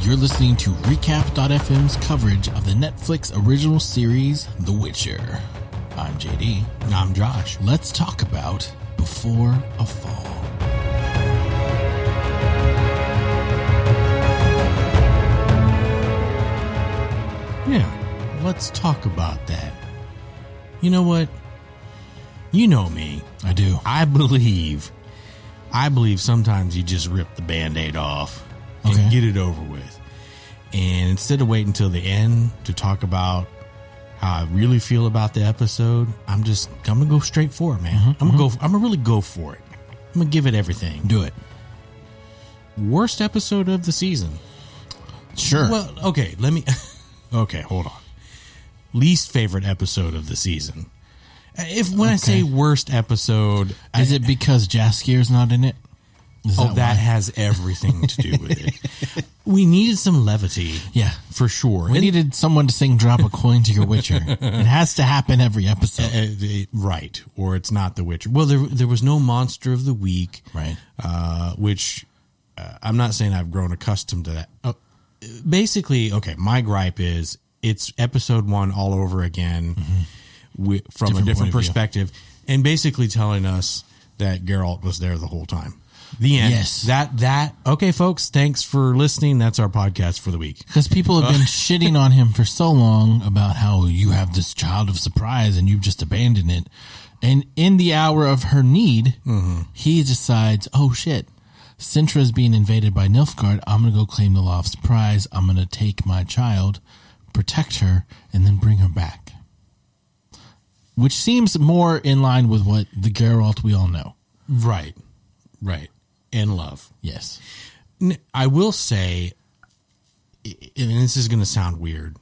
You're listening to Recap.fm's coverage of the Netflix original series The Witcher. I'm JD. I'm Josh. Let's talk about Before a Fall. Yeah, let's talk about that. You know what? You know me. I do. I believe, I believe sometimes you just rip the band aid off and Okay. get it over with. And instead of waiting until the end to talk about how I really feel about the episode, I'm just, I'm going to go straight for it, man. Mm-hmm, I'm going to go, I'm going to really go for it. I'm going to give it everything. Do it. Worst episode of the season. Sure. Well, okay, let me. Okay, hold on. Least favorite episode of the season. If when I say Okay. worst episode, I, Is it because Jaskier's not in it? Is oh, that, why? has everything to do with it. we needed some levity, Yeah. for sure. We And- needed someone to sing Drop a Coin to Your Witcher. it has to happen every episode. uh, the- right, or it's not The Witcher. Well, there there was no monster of the week, Right. Uh, which uh, I'm not saying I've grown accustomed to that. Uh, basically, okay, my gripe is it's episode one all over again wi- from Mm-hmm. Different a different point of view. perspective, and basically telling us that Geralt was there the whole time. The end. Yes. That that okay, folks. Thanks for listening. That's our podcast for the week. Because people have been shitting on him for so long about how you have this child of surprise and you've just abandoned it. And in the hour of her need, he decides, oh shit, Sintra's being invaded by Nilfgaard. I'm going to go claim the law of surprise. I'm going to take my child, protect her, and then bring her back. Which seems more in line with what the Geralt we all know. Right. Right. And love. Yes. N- I will say, i- and this is going to sound weird.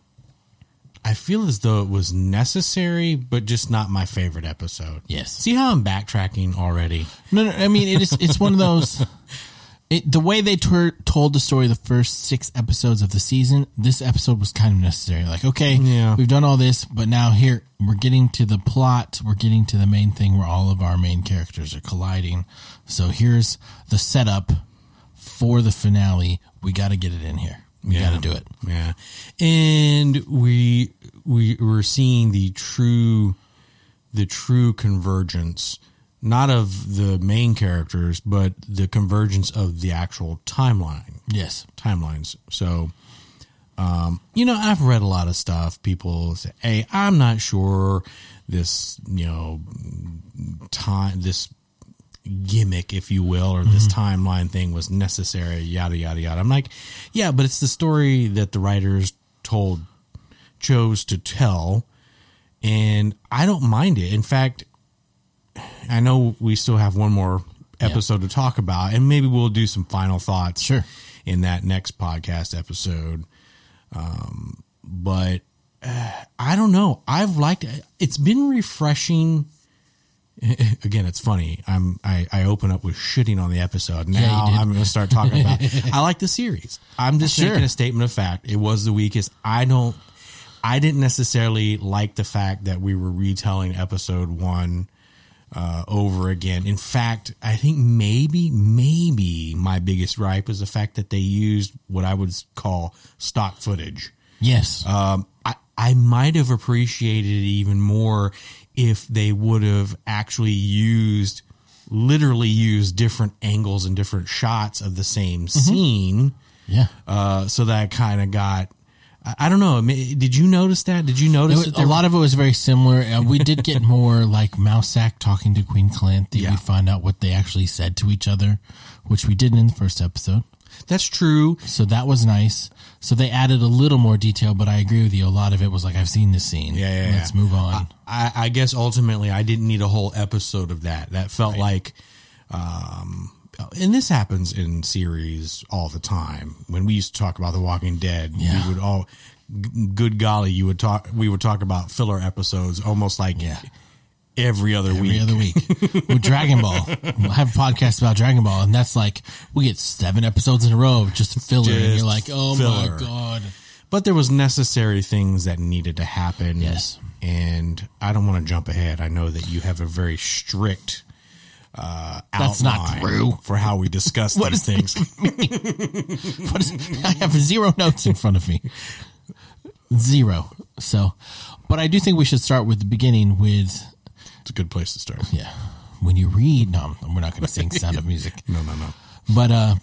I feel as though it was necessary, but just not my favorite episode. Yes. See how I'm backtracking already? No, no. I mean, it is. It's one of those. It, the way they tur told the story the first six episodes of the season, this episode was kind of necessary. Like, okay, Yeah. we've done all this, but now here we're getting to the plot. We're getting to the main thing where all of our main characters are colliding. So here's the setup for the finale. We got to get it in here. We Yeah. got to do it. Yeah. And we we were seeing the true the true convergence not of the main characters, but the convergence of the actual timeline. Yes. timelines. So, um, you know, I've read a lot of stuff. People say, "Hey, I'm not sure this, you know, time this gimmick, if you will, or this timeline thing was necessary." Yada yada yada. I'm like, yeah, but it's the story that the writers told chose to tell, and I don't mind it. In fact, I know we still have one more episode to talk about, and maybe we'll do some final thoughts Sure. in that next podcast episode. Um, but uh, I don't know. I've liked it. It's been refreshing. Again, it's funny. I'm I, I open up with shitting on the episode. Now did. I'm going to start talking about. I like the series. I'm just Sure. making a statement of fact. It was the weakest. I don't. I didn't necessarily like the fact that we were retelling episode one uh, over again. In fact, I think maybe, maybe my biggest gripe is the fact that they used what I would call stock footage. Yes. Um, I, I might have appreciated it even more if they would have actually used, literally used different angles and different shots of the Mm-hmm. same scene. yeah. Uh, so that I kind of got, I, I don't know. I mean, Did you notice that? Did you It notice that was- there a lot of it was very similar. Uh, we did get more like Mousak talking to Queen Calanthe. Yeah. We find out what they actually said to each other, which we didn't in the first episode. That's true. So that was nice. So they added a little more detail, but I agree with you. A lot of it was like, I've seen this scene. Yeah, yeah, Let's yeah. move on. I, I guess ultimately I didn't need a whole episode of that. That felt like, um, and this happens in series all the time. When we used to talk about The Walking Dead, Yeah. we would all, g- good golly, you would talk. We would talk about filler episodes almost like Yeah. every other Every week. other week with Dragon Ball. I have a podcast about Dragon Ball, and that's like, we get seven episodes in a row of just filler. and Just you're like, oh filler. my God. but there was necessary things that needed to happen. Yes. and I don't want to jump ahead. I know that you have a very strict uh, That's not outline true. for how we discuss these things. What is, I have zero notes in front of me. Zero. So, but I do think we should start with the beginning with, It's a good place to start. yeah, when you read. No, we're not going to sing Sound of Music. No, no, no. But uh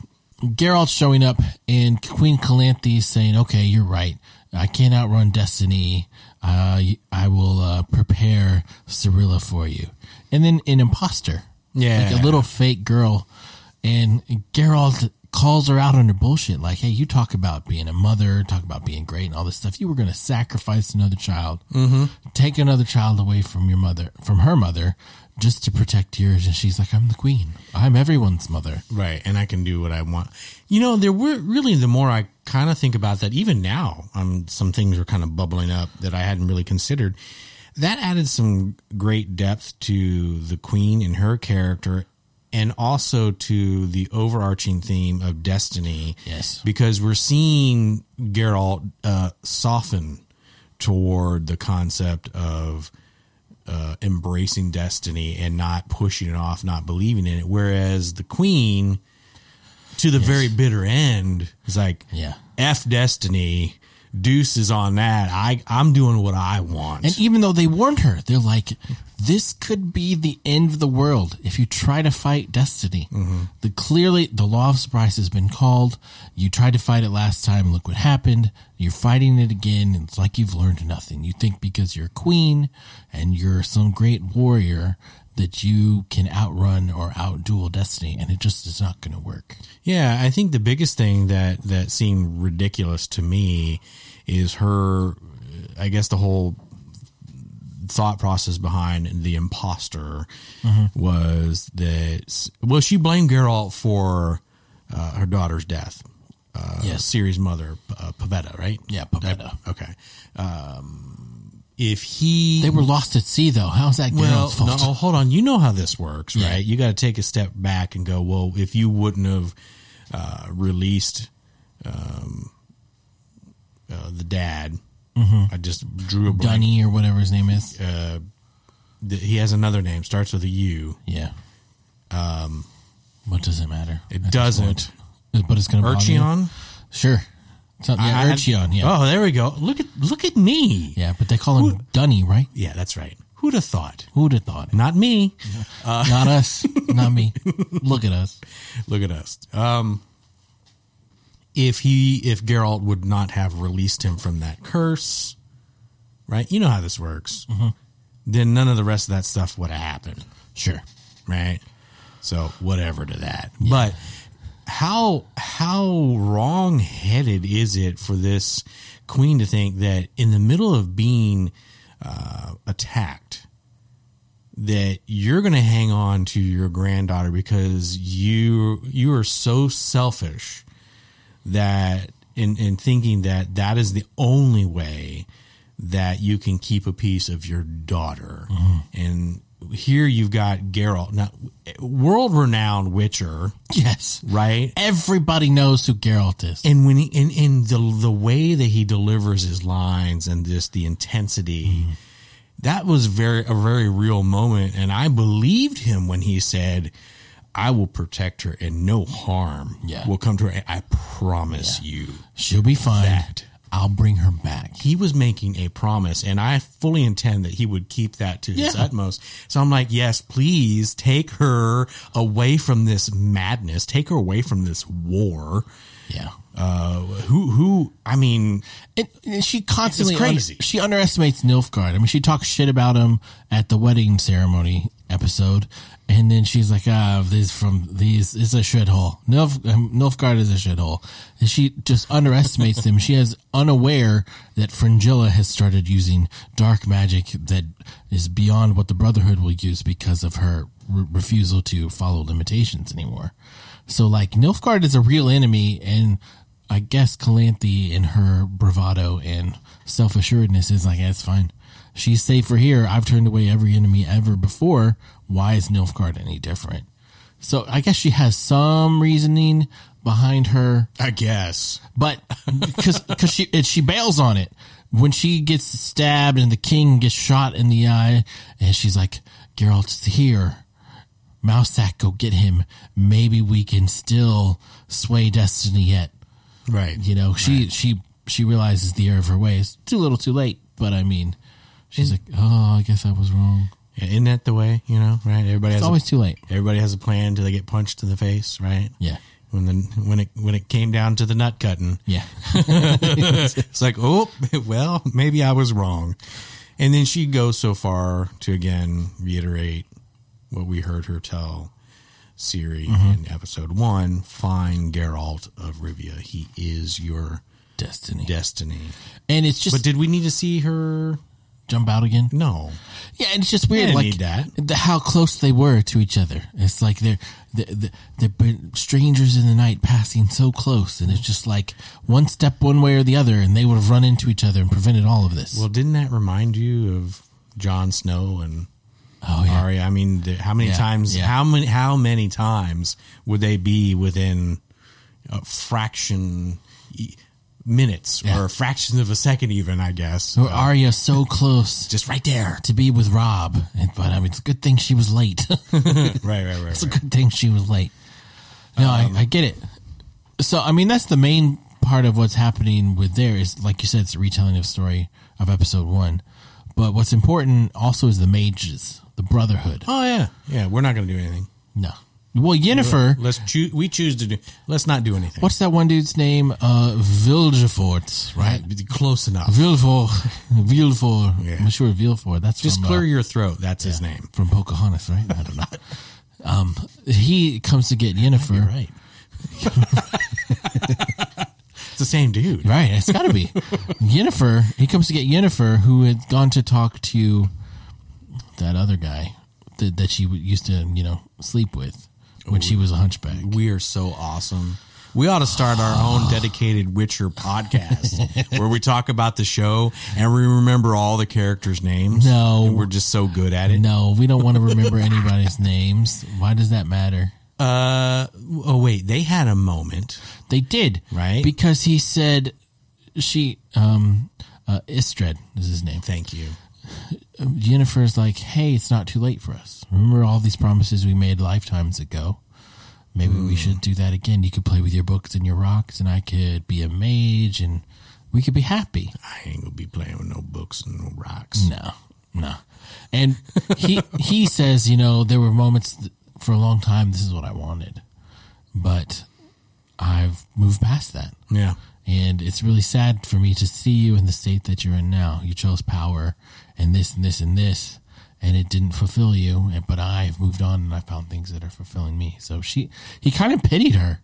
Geralt showing up and Queen Calanthe saying, "Okay, you're right. I can't outrun destiny. Uh, I will uh, prepare Cyrilla for you." And then an imposter, Yeah. like a little fake girl, and Geralt calls her out on her bullshit. Like, "Hey, you talk about being a mother, talk about being great, and all this stuff. You were going to sacrifice another child, mm-hmm. take another child away from your mother, from her mother." Just to protect yours, and she's like, "I'm the queen. I'm everyone's mother." Right, and I can do what I want. You know, there were really the more I kind of think about that, even now, um, some things are kind of bubbling up that I hadn't really considered. That added some great depth to the queen and her character, and also to the overarching theme of destiny. Yes. because we're seeing Geralt uh, soften toward the concept of uh, embracing destiny and not pushing it off, not believing in it. Whereas the queen, to the very bitter end, is like, Yeah. F destiny, deuces on that. I, I'm doing what I want. And even though they warned her, they're like, this could be the end of the world if you try to fight destiny. The clearly the law of surprise has been called. You tried to fight it last time. Look what happened. You're fighting it again. And it's like you've learned nothing. You think because you're a queen and you're some great warrior that you can outrun or outduel destiny, and it just is not going to work. Yeah, I think the biggest thing that that seemed ridiculous to me is her. I guess the whole thought process behind the imposter Mm-hmm. was that well, she blamed Geralt for uh, her daughter's death. Uh, Yes. Ciri's mother, uh, Pavetta, right? Yeah, Pavetta. Okay. Um, if he They were lost at sea, though. How's that well, Geralt's no, fault? hold on. You know how this works, Yeah. right? You got to take a step back and go, well, if you wouldn't have uh, released um, uh, the dad, Mm-hmm. I just drew a blank. Dunny or whatever his name is. Th- He has another name, starts with a U. Yeah. Um, what does it matter? It doesn't. But it's going to bother you. Urcheon? Sure. So, I- I yeah, had- Urcheon. Yeah. Oh, there we go. Look at look at me. Yeah, but they call him Dunny, right? Yeah, that's right. Who'd have thought? Who'd have thought? Not me. Uh. Not us. Not me. Look at us. Look at us. Um, if he, if Geralt would not have released him from that curse, right? You know how this works. Then none of the rest of that stuff would have happened, Sure. right? So whatever to that. But how how wrong headed is it for this queen to think that in the middle of being uh, attacked, that you're going to hang on to your granddaughter because you you are so selfish that in in thinking that that is the only way that you can keep a piece of your daughter and here you've got Geralt now world renowned witcher Yes. right Everybody knows who Geralt is. and when he and, and the the way that he delivers his lines and just the intensity that was very a very real moment and i believed him when he said i will protect her and no harm Yeah. will come to her i promise you She'll be fine. That. I'll bring her back. he was making a promise and i fully intend that he would keep that to his Yeah. utmost so i'm like yes please take her away from this madness take her away from this war Yeah. uh who who i mean And, and she constantly It's crazy. under- she underestimates Nilfgaard. I mean, she talks shit about him at the wedding ceremony episode, and then she's like, "Ah, this from these is a shithole. Nilf um, Nilfgaard is a shithole." And she just underestimates them. She is unaware that Fringilla has started using dark magic that is beyond what the Brotherhood will use because of her re- refusal to follow limitations anymore. So, like, Nilfgaard is a real enemy, and I guess Calanthe in her bravado and self assuredness is like, that's fine. She's safer here. I've turned away every enemy ever before. Why is Nilfgaard any different? So I guess she has some reasoning behind her, i guess but because she it, she bails on it when she gets stabbed and the king gets shot in the eye, and she's like, Geralt's here. Mousak, go get him. Maybe we can still sway destiny yet. Right. You know, she she she realizes the error of her ways. Too little, too late. But I mean, she's like, oh, I guess I was wrong. Yeah, isn't that the way? You know, right? Everybody has It's a- always too late. everybody has a plan till they get punched in the face, right? Yeah. When the when it when it came down to the nut cutting, Yeah. it's like, oh, well, maybe I was wrong. And then she goes so far to again reiterate what we heard her tell Siri in episode one find Geralt of Rivia. He is your Destiny. destiny. And it's just But did we need to see her? jump out again. No. Yeah, and it's just weird, didn't like need that. the- how close they were to each other. It's like they're they're, they're- they've been strangers in the night, passing so close, and it's just like one step one way or the other, and they would have run into each other and prevented all of this. Well, didn't that remind you of Jon Snow and oh yeah, Arya? I mean, the, how many Yeah, times? yeah. How many? How many times would they be within a fraction e- minutes Yeah. or a fraction of a second? Even I guess. or Arya so close just right there. to be with Rob, and, but I mean, it's a good thing she was late. Right, right, right. It's right. a good thing she was late. No, Um, I, I get it. So, I mean, that's the main part of what's happening with there is, like you said, it's a retelling of story of episode one. But what's important also is the mages, the brotherhood. Oh yeah, yeah. We're not going to do anything. No, well, Yennefer. Let's choose. We choose to do. Let's not do anything. What's that one dude's name? Uh, Vildefort, right? Right, close enough. Villefort, Villefort. Yeah. I'm sure Villefort. That's Just from, clear uh, your throat. That's his name. from Pocahontas, right? I don't know. um, he comes to get Yennefer, Right. it's the same dude. Right, it's got to be Yennefer. He comes to get Yennefer, who had gone to talk to that other guy that, that she w- used to, you know, sleep with when she was a hunchback. We are so awesome. We ought to start our Ah. own dedicated Witcher podcast where we talk about the show and we remember all the characters' names. No. And we're just so good at it. No, we don't want to remember anybody's names. Why does that matter? Uh, oh, wait. They had a moment. They did, Right. Because he said she, um, uh, Istred is his name. Thank you. Jennifer's like, hey, it's not too late for us. Remember all these promises we made lifetimes ago? Maybe we should do that again. You could play with your books and your rocks, and I could be a mage, and we could be happy. I ain't going to be playing with no books and no rocks. No, no. And he he says, you know, there were moments th- for a long time. This is what I wanted, but I've moved past that. Yeah. And it's really sad for me to see you in the state that you're in now. You chose power and this and this and this, and it didn't fulfill you. And, but I've moved on and I found things that are fulfilling me. So she, he kind of pitied her,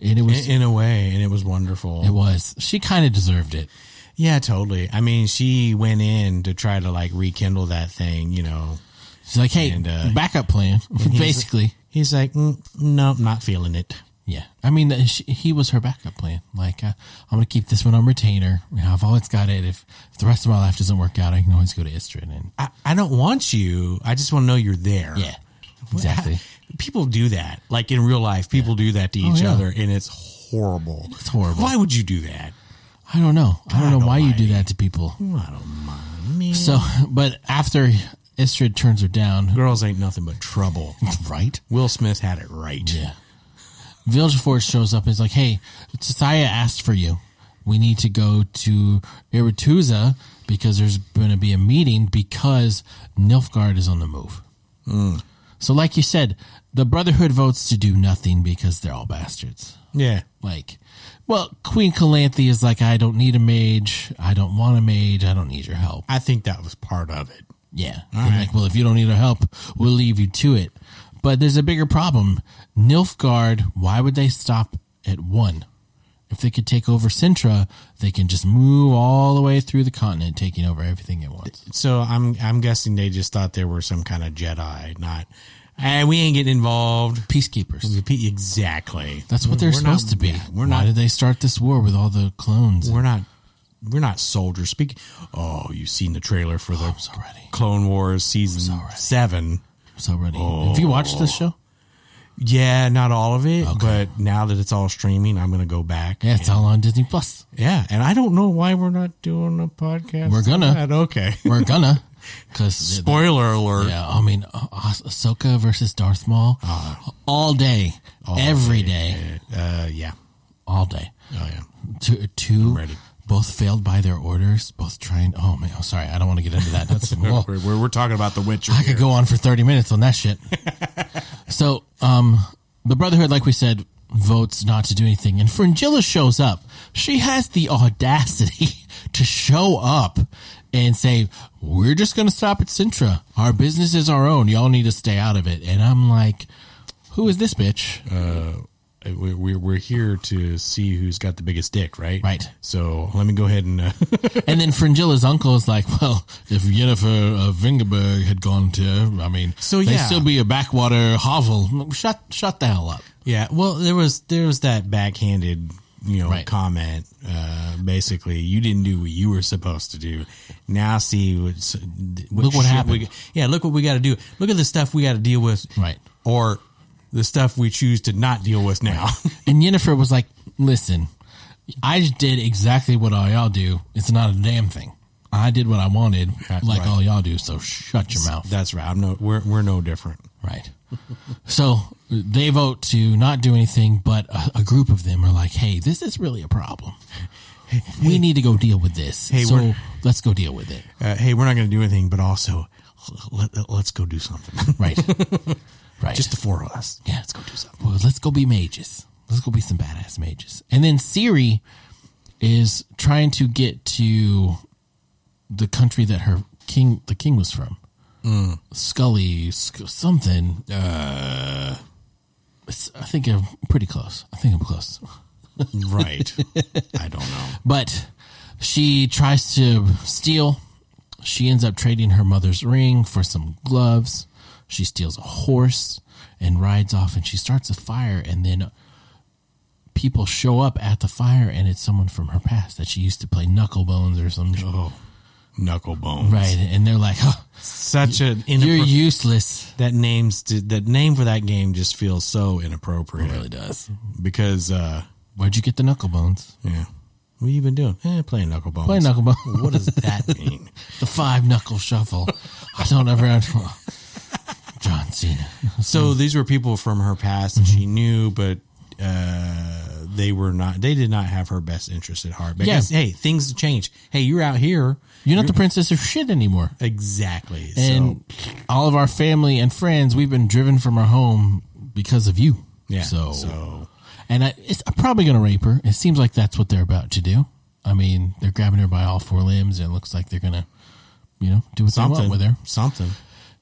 and it was, In, in a way. And it was wonderful. it was. She kind of deserved it. yeah, totally. I mean, she went in to try to like rekindle that thing, you know. She's like, hey, And, uh, backup plan, basically. He's like, mm, no, not feeling it. Yeah, I mean, that she, he was her backup plan. Like, uh, I'm gonna keep this one on retainer. You know, I've always got it. If, if the rest of my life doesn't work out, I can always go to Istrid. And I, I don't want you. I just want to know you're there. yeah, exactly. Oh, People do that. Like in real life, people do that to each yeah. other, and it's horrible. It's horrible. Why would you do that? I don't know. I don't know God why you do almighty. that to people. I don't mind. Me. So, but after Istrid turns her down, Girls ain't nothing but trouble. right? Will Smith had it right. Yeah. Villefort shows up and is like, "Hey, Tsaya asked for you. We need to go to Irituza because there's going to be a meeting because Nilfgaard is on the move." Mm. So, like you said, the Brotherhood votes to do nothing because they're all bastards. Yeah. Like, well, Queen Calanthe is like, "I don't need a mage. I don't want a mage. I don't need your help." I think that was part of it. Yeah. They're Like, well, if you don't need our help, we'll leave you to it. But there's a bigger problem. Nilfgaard, why would they stop at one? If they could take over Sintra, they can just move all the way through the continent, taking over everything at once. So I'm I'm guessing they just thought they were some kind of Jedi, not. Hey, we ain't getting involved. Peacekeepers. Exactly. That's what they're We're not- supposed to be. yeah, why we're not did they start this war with all the clones? we're not we're not soldiers speak oh you've seen the trailer for the It's already. clone wars season Sorry. 7 It's already. Have Oh. you watched this show? yeah not all of it but now that it's all streaming i'm gonna go back Yeah, it's all on Disney Plus. yeah and i don't know why we're not doing a podcast We're on gonna. that. okay We're gonna. Because Spoiler alert. Yeah, I mean, Ah- Ah- Ahsoka versus Darth Maul all day, every day, Uh, yeah. all day. Oh yeah. Two, two ready. both failed by their orders. Both trying. Oh man, oh, sorry, I don't want to get into that. That's well, we're, we're, we're talking about the Witcher. I could go on for 30 minutes on that shit. so, um, the Brotherhood, like we said, votes not to do anything. And Fringilla shows up. She has the audacity to show up and say, We're just going to stop at Sintra. Our business is our own. Y'all need to stay out of it. And I'm like, Who is this bitch? Uh, we- We're, we're here to see who's got the biggest dick, right? Right. So let me go ahead and. Uh, And then Fringilla's uncle is like, well, if Jennifer uh, Vingerberg had gone to, I mean, So, they'd yeah. still be a backwater hovel. Shut, shut the hell up. yeah. Well, there was there was that backhanded you know Right. comment. Uh, basically, you didn't do what you were supposed to do. Now see what's, what Look what shit happened. We, yeah. Look what we got to do. Look at the stuff we got to deal with. Right. Or the stuff we choose to not deal with now. And Yennefer was like, listen, I just did exactly what all y'all do. It's not a damn thing. I did what I wanted, Right, like right. all y'all do. So shut your mouth. That's right. I'm no. We're we're no different. Right. So they vote to not do anything, but a, a group of them are like, hey, this is really a problem. We need to go deal with this. Hey, so we're- let's go deal with it. Uh, hey, we're not going to do anything, but also let, us go do something. Right. right. Just the four of us. Yeah, let's go do something. Well, let's go be mages. Let's go be some badass mages. And then Siri is trying to get to the country that her king, the king was from. Hmm. Scully, sc- something. Uh, I think I'm pretty close. I think I'm close. Right. I don't know. But she tries to steal. She ends up trading her mother's ring for some gloves. She steals a horse and rides off and she starts a fire and then people show up at the fire and it's someone from her past that she used to play knucklebones or some shit. Oh, knucklebones. right and they're like huh, Such an you're inappro- useless that names that name for that game just feels so inappropriate. really does Because uh, where'd you get the knucklebones yeah, what you been doing? Eh, playing knucklebones. play knucklebones What does that mean? the five knuckle shuffle i don't ever john cena so these were people from her past Mm-hmm. that she knew, but uh, they were not. They did not have her best interest at heart. Because Yeah. hey, things change. Hey, you're out here. you're not the princess of shit anymore Exactly. so and all of our family and friends we've been driven from our home because of you Yeah, so, so- and I, it's, i'm probably going to rape her it seems like that's what they're about to do i mean they're grabbing her by all four limbs and it looks like they're going to you know do what they something want with her Something.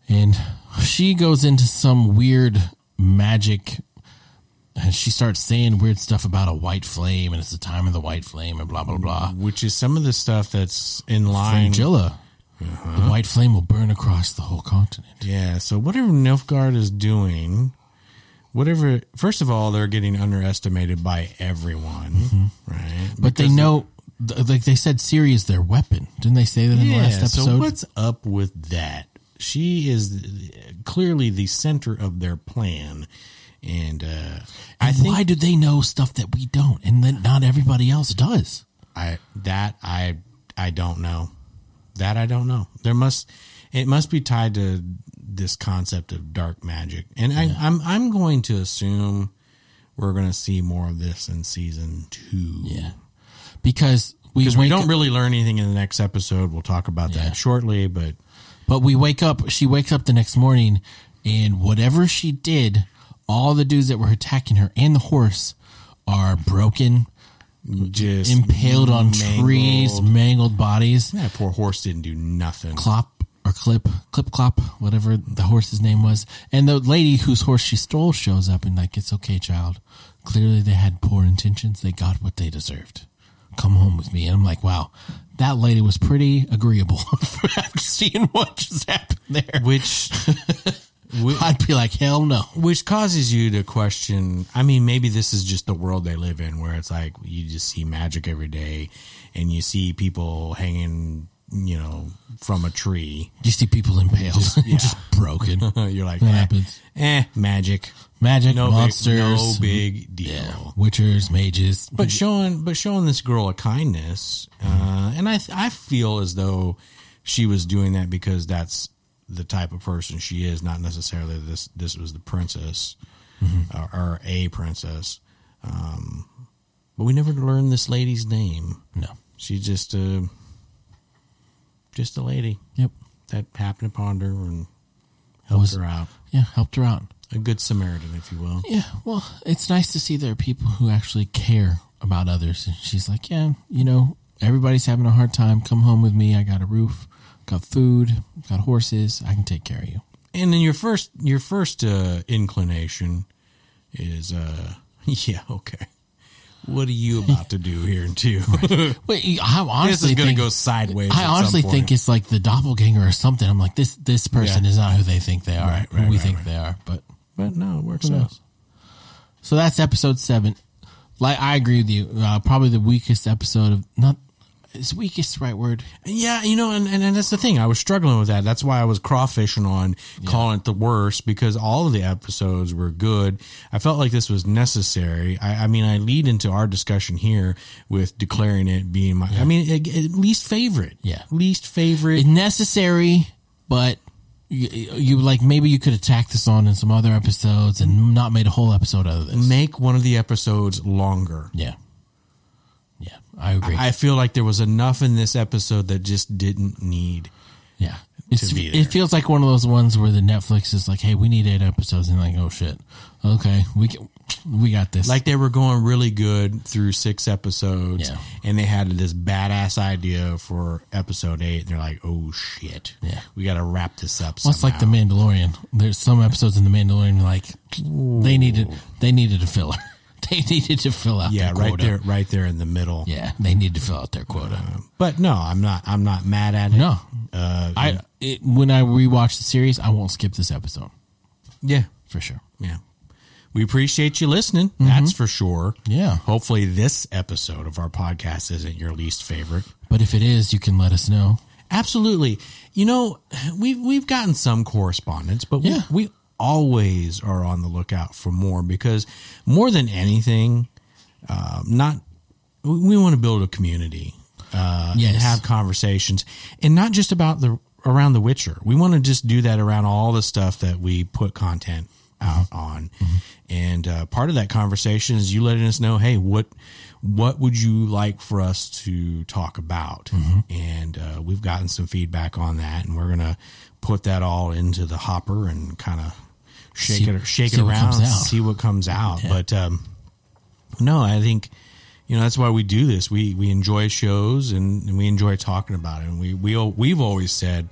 and she goes into some weird magic and she starts saying weird stuff about a white flame and it's the time of the white flame and blah blah blah Which is some of the stuff that's in line. Angela, Uh-huh. the white flame will burn across the whole continent Yeah. So whatever Nilfgaard is doing, whatever. First of all, they're getting underestimated by everyone, right? Mm-hmm. But they know, th- like they said, Siri is their weapon. Didn't they say that in the yeah. last episode? So what's up with that? She is clearly the center of their plan, and uh, I think Why do they know stuff that we don't, and that not everybody else does? I that I I don't know. That I don't know. There must it must be tied to this concept of dark magic. And I, I'm I'm going to assume we're going to see more of this in season two. Yeah, because we Because we wake don't up- really learn anything in the next episode. We'll talk about that Yeah. shortly. But But we wake up, she wakes up the next morning, and whatever she did, all the dudes that were attacking her and the horse are broken, just impaled on mangled. trees, mangled bodies. That poor horse didn't do nothing. Clop or Clip, Clip Clop, whatever the horse's name was. And the lady whose horse she stole shows up and, like, it's okay, child. Clearly they had poor intentions. They got what they deserved. Come home with me. And I'm like, wow, that lady was pretty agreeable after seeing what just happened there. Which I'd be like, hell no. which causes you to question i mean maybe this is just the world they live in where it's like you just see magic every day and you see people hanging you know from a tree You see people impaled, just, yeah. broken. you're like That eh, happens. eh magic Magic, no monsters. big, no big deal yeah, witchers, mages. but showing but showing this girl a kindness uh, and i i feel as though she was doing that because that's the type of person she is, not necessarily this. This was the princess or, or a princess, um, but we never learned this lady's name. No. She's just a just a lady Yep. that happened upon her and helped Was- her out. Yeah, helped her out. A good Samaritan, if you will. Yeah, well, it's nice to see there are people who actually care about others. And she's like, yeah, you know, everybody's having a hard time. Come home with me. I got a roof, got food, got horses. I can take care of you. and then your first your first uh, inclination is uh yeah okay what are you about to do here too Wait, I this honestly is gonna think, go sideways I honestly think it's like the doppelganger or something. I'm like, this this person Yeah. is not who they think they are. Right, who right, we right, think right. they are, but but no it works knows? out So that's episode seven. Like I agree with you. Uh, probably the weakest episode of not is weakest the right word. yeah you know and, and, and that's the thing i was struggling with that that's why i was crawfishing on calling it the worst because all of the episodes were good i felt like this was necessary i, I mean i lead into our discussion here with declaring it being my i mean at, at least favorite Yeah. least favorite It's necessary, but you, you like maybe you could attack this on in some other episodes and not made a whole episode out of this. make one of the episodes longer. yeah, yeah, I agree. I feel like there was enough in this episode that just didn't need. yeah, it's, be there. it feels like one of those ones where the Netflix is like, "Hey, we need eight episodes," and like, "Oh shit, okay, we can, we got this." Like they were going really good through six episodes, Yeah. and they had this badass idea for episode eight. And they're like, "Oh shit, Yeah. we got to wrap this up." Well, it's like the somehow." Mandalorian. There's some episodes in the Mandalorian like they needed they needed a filler. they needed to fill out yeah, their right quota. there, right there in the middle. Yeah, they needed to fill out their quota. But no, I'm not. I'm not mad at it. no, Uh, I it, when I rewatch the series, I won't skip this episode yeah, for sure. yeah. We appreciate you listening. That's for sure. Mm-hmm. Yeah. Hopefully, this episode of our podcast isn't your least favorite. But if it is, you can let us know. Absolutely. You know, we've we've gotten some correspondence, but Yeah. we, we always are on the lookout for more because more than anything, um, not we, we want to build a community uh, Yes. and have conversations, and not just about the around The Witcher. We want to just do that around all the stuff that we put content out on, Mm-hmm. and uh, part of that conversation is you letting us know, hey, what what would you like for us to talk about? Mm-hmm. And uh, we've gotten some feedback on that, and we're gonna put that all into the hopper and kind of shake See- it shake see it what around, comes out. see what comes out. But um, no, I think you know that's why we do this. We we enjoy shows and, and we enjoy talking about it. And we we al- we've always said,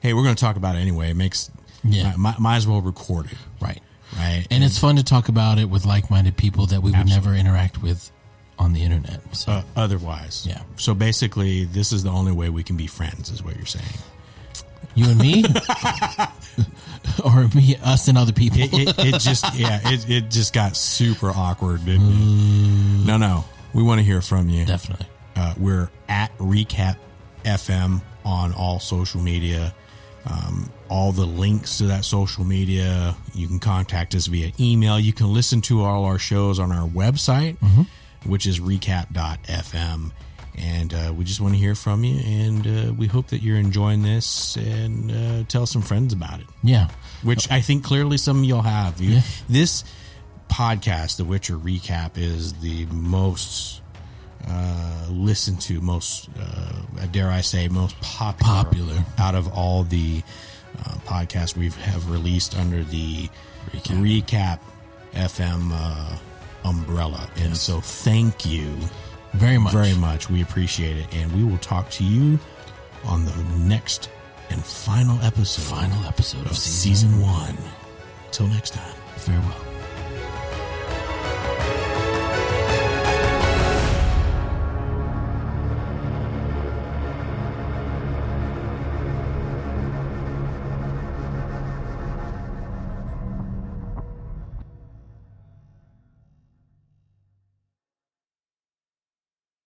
hey, we're going to talk about it anyway. It makes Yeah. might, might, might as well record it, Right. right? And it's fun to talk about it with like minded people that we would never interact with on the internet. So uh, otherwise, Yeah. So basically, this is the only way we can be friends, is what you're saying. you and me, or me, us and other people. It, it, it just yeah, it it just got super awkward, didn't Mm. it? No, no, we want to hear from you. Definitely. Uh, we're at Recap FM on all social media. Um, all the links to that social media. You can contact us via email. You can listen to all our shows on our website, which is recap.fm. And uh, we just want to hear from you. And uh, we hope that you're enjoying this and uh, tell some friends about it Yeah. which I think clearly some of y'all have. You, Yeah. This podcast, The Witcher Recap, is the most uh, listened to, most uh, dare I say, most popular, Popular. out of all the uh, podcasts we have released under the Recap, FM uh, umbrella. And so, thank you Very much. very much. We appreciate it, and we will talk to you on the next and final episode Final episode of of season season one. Till next time. farewell.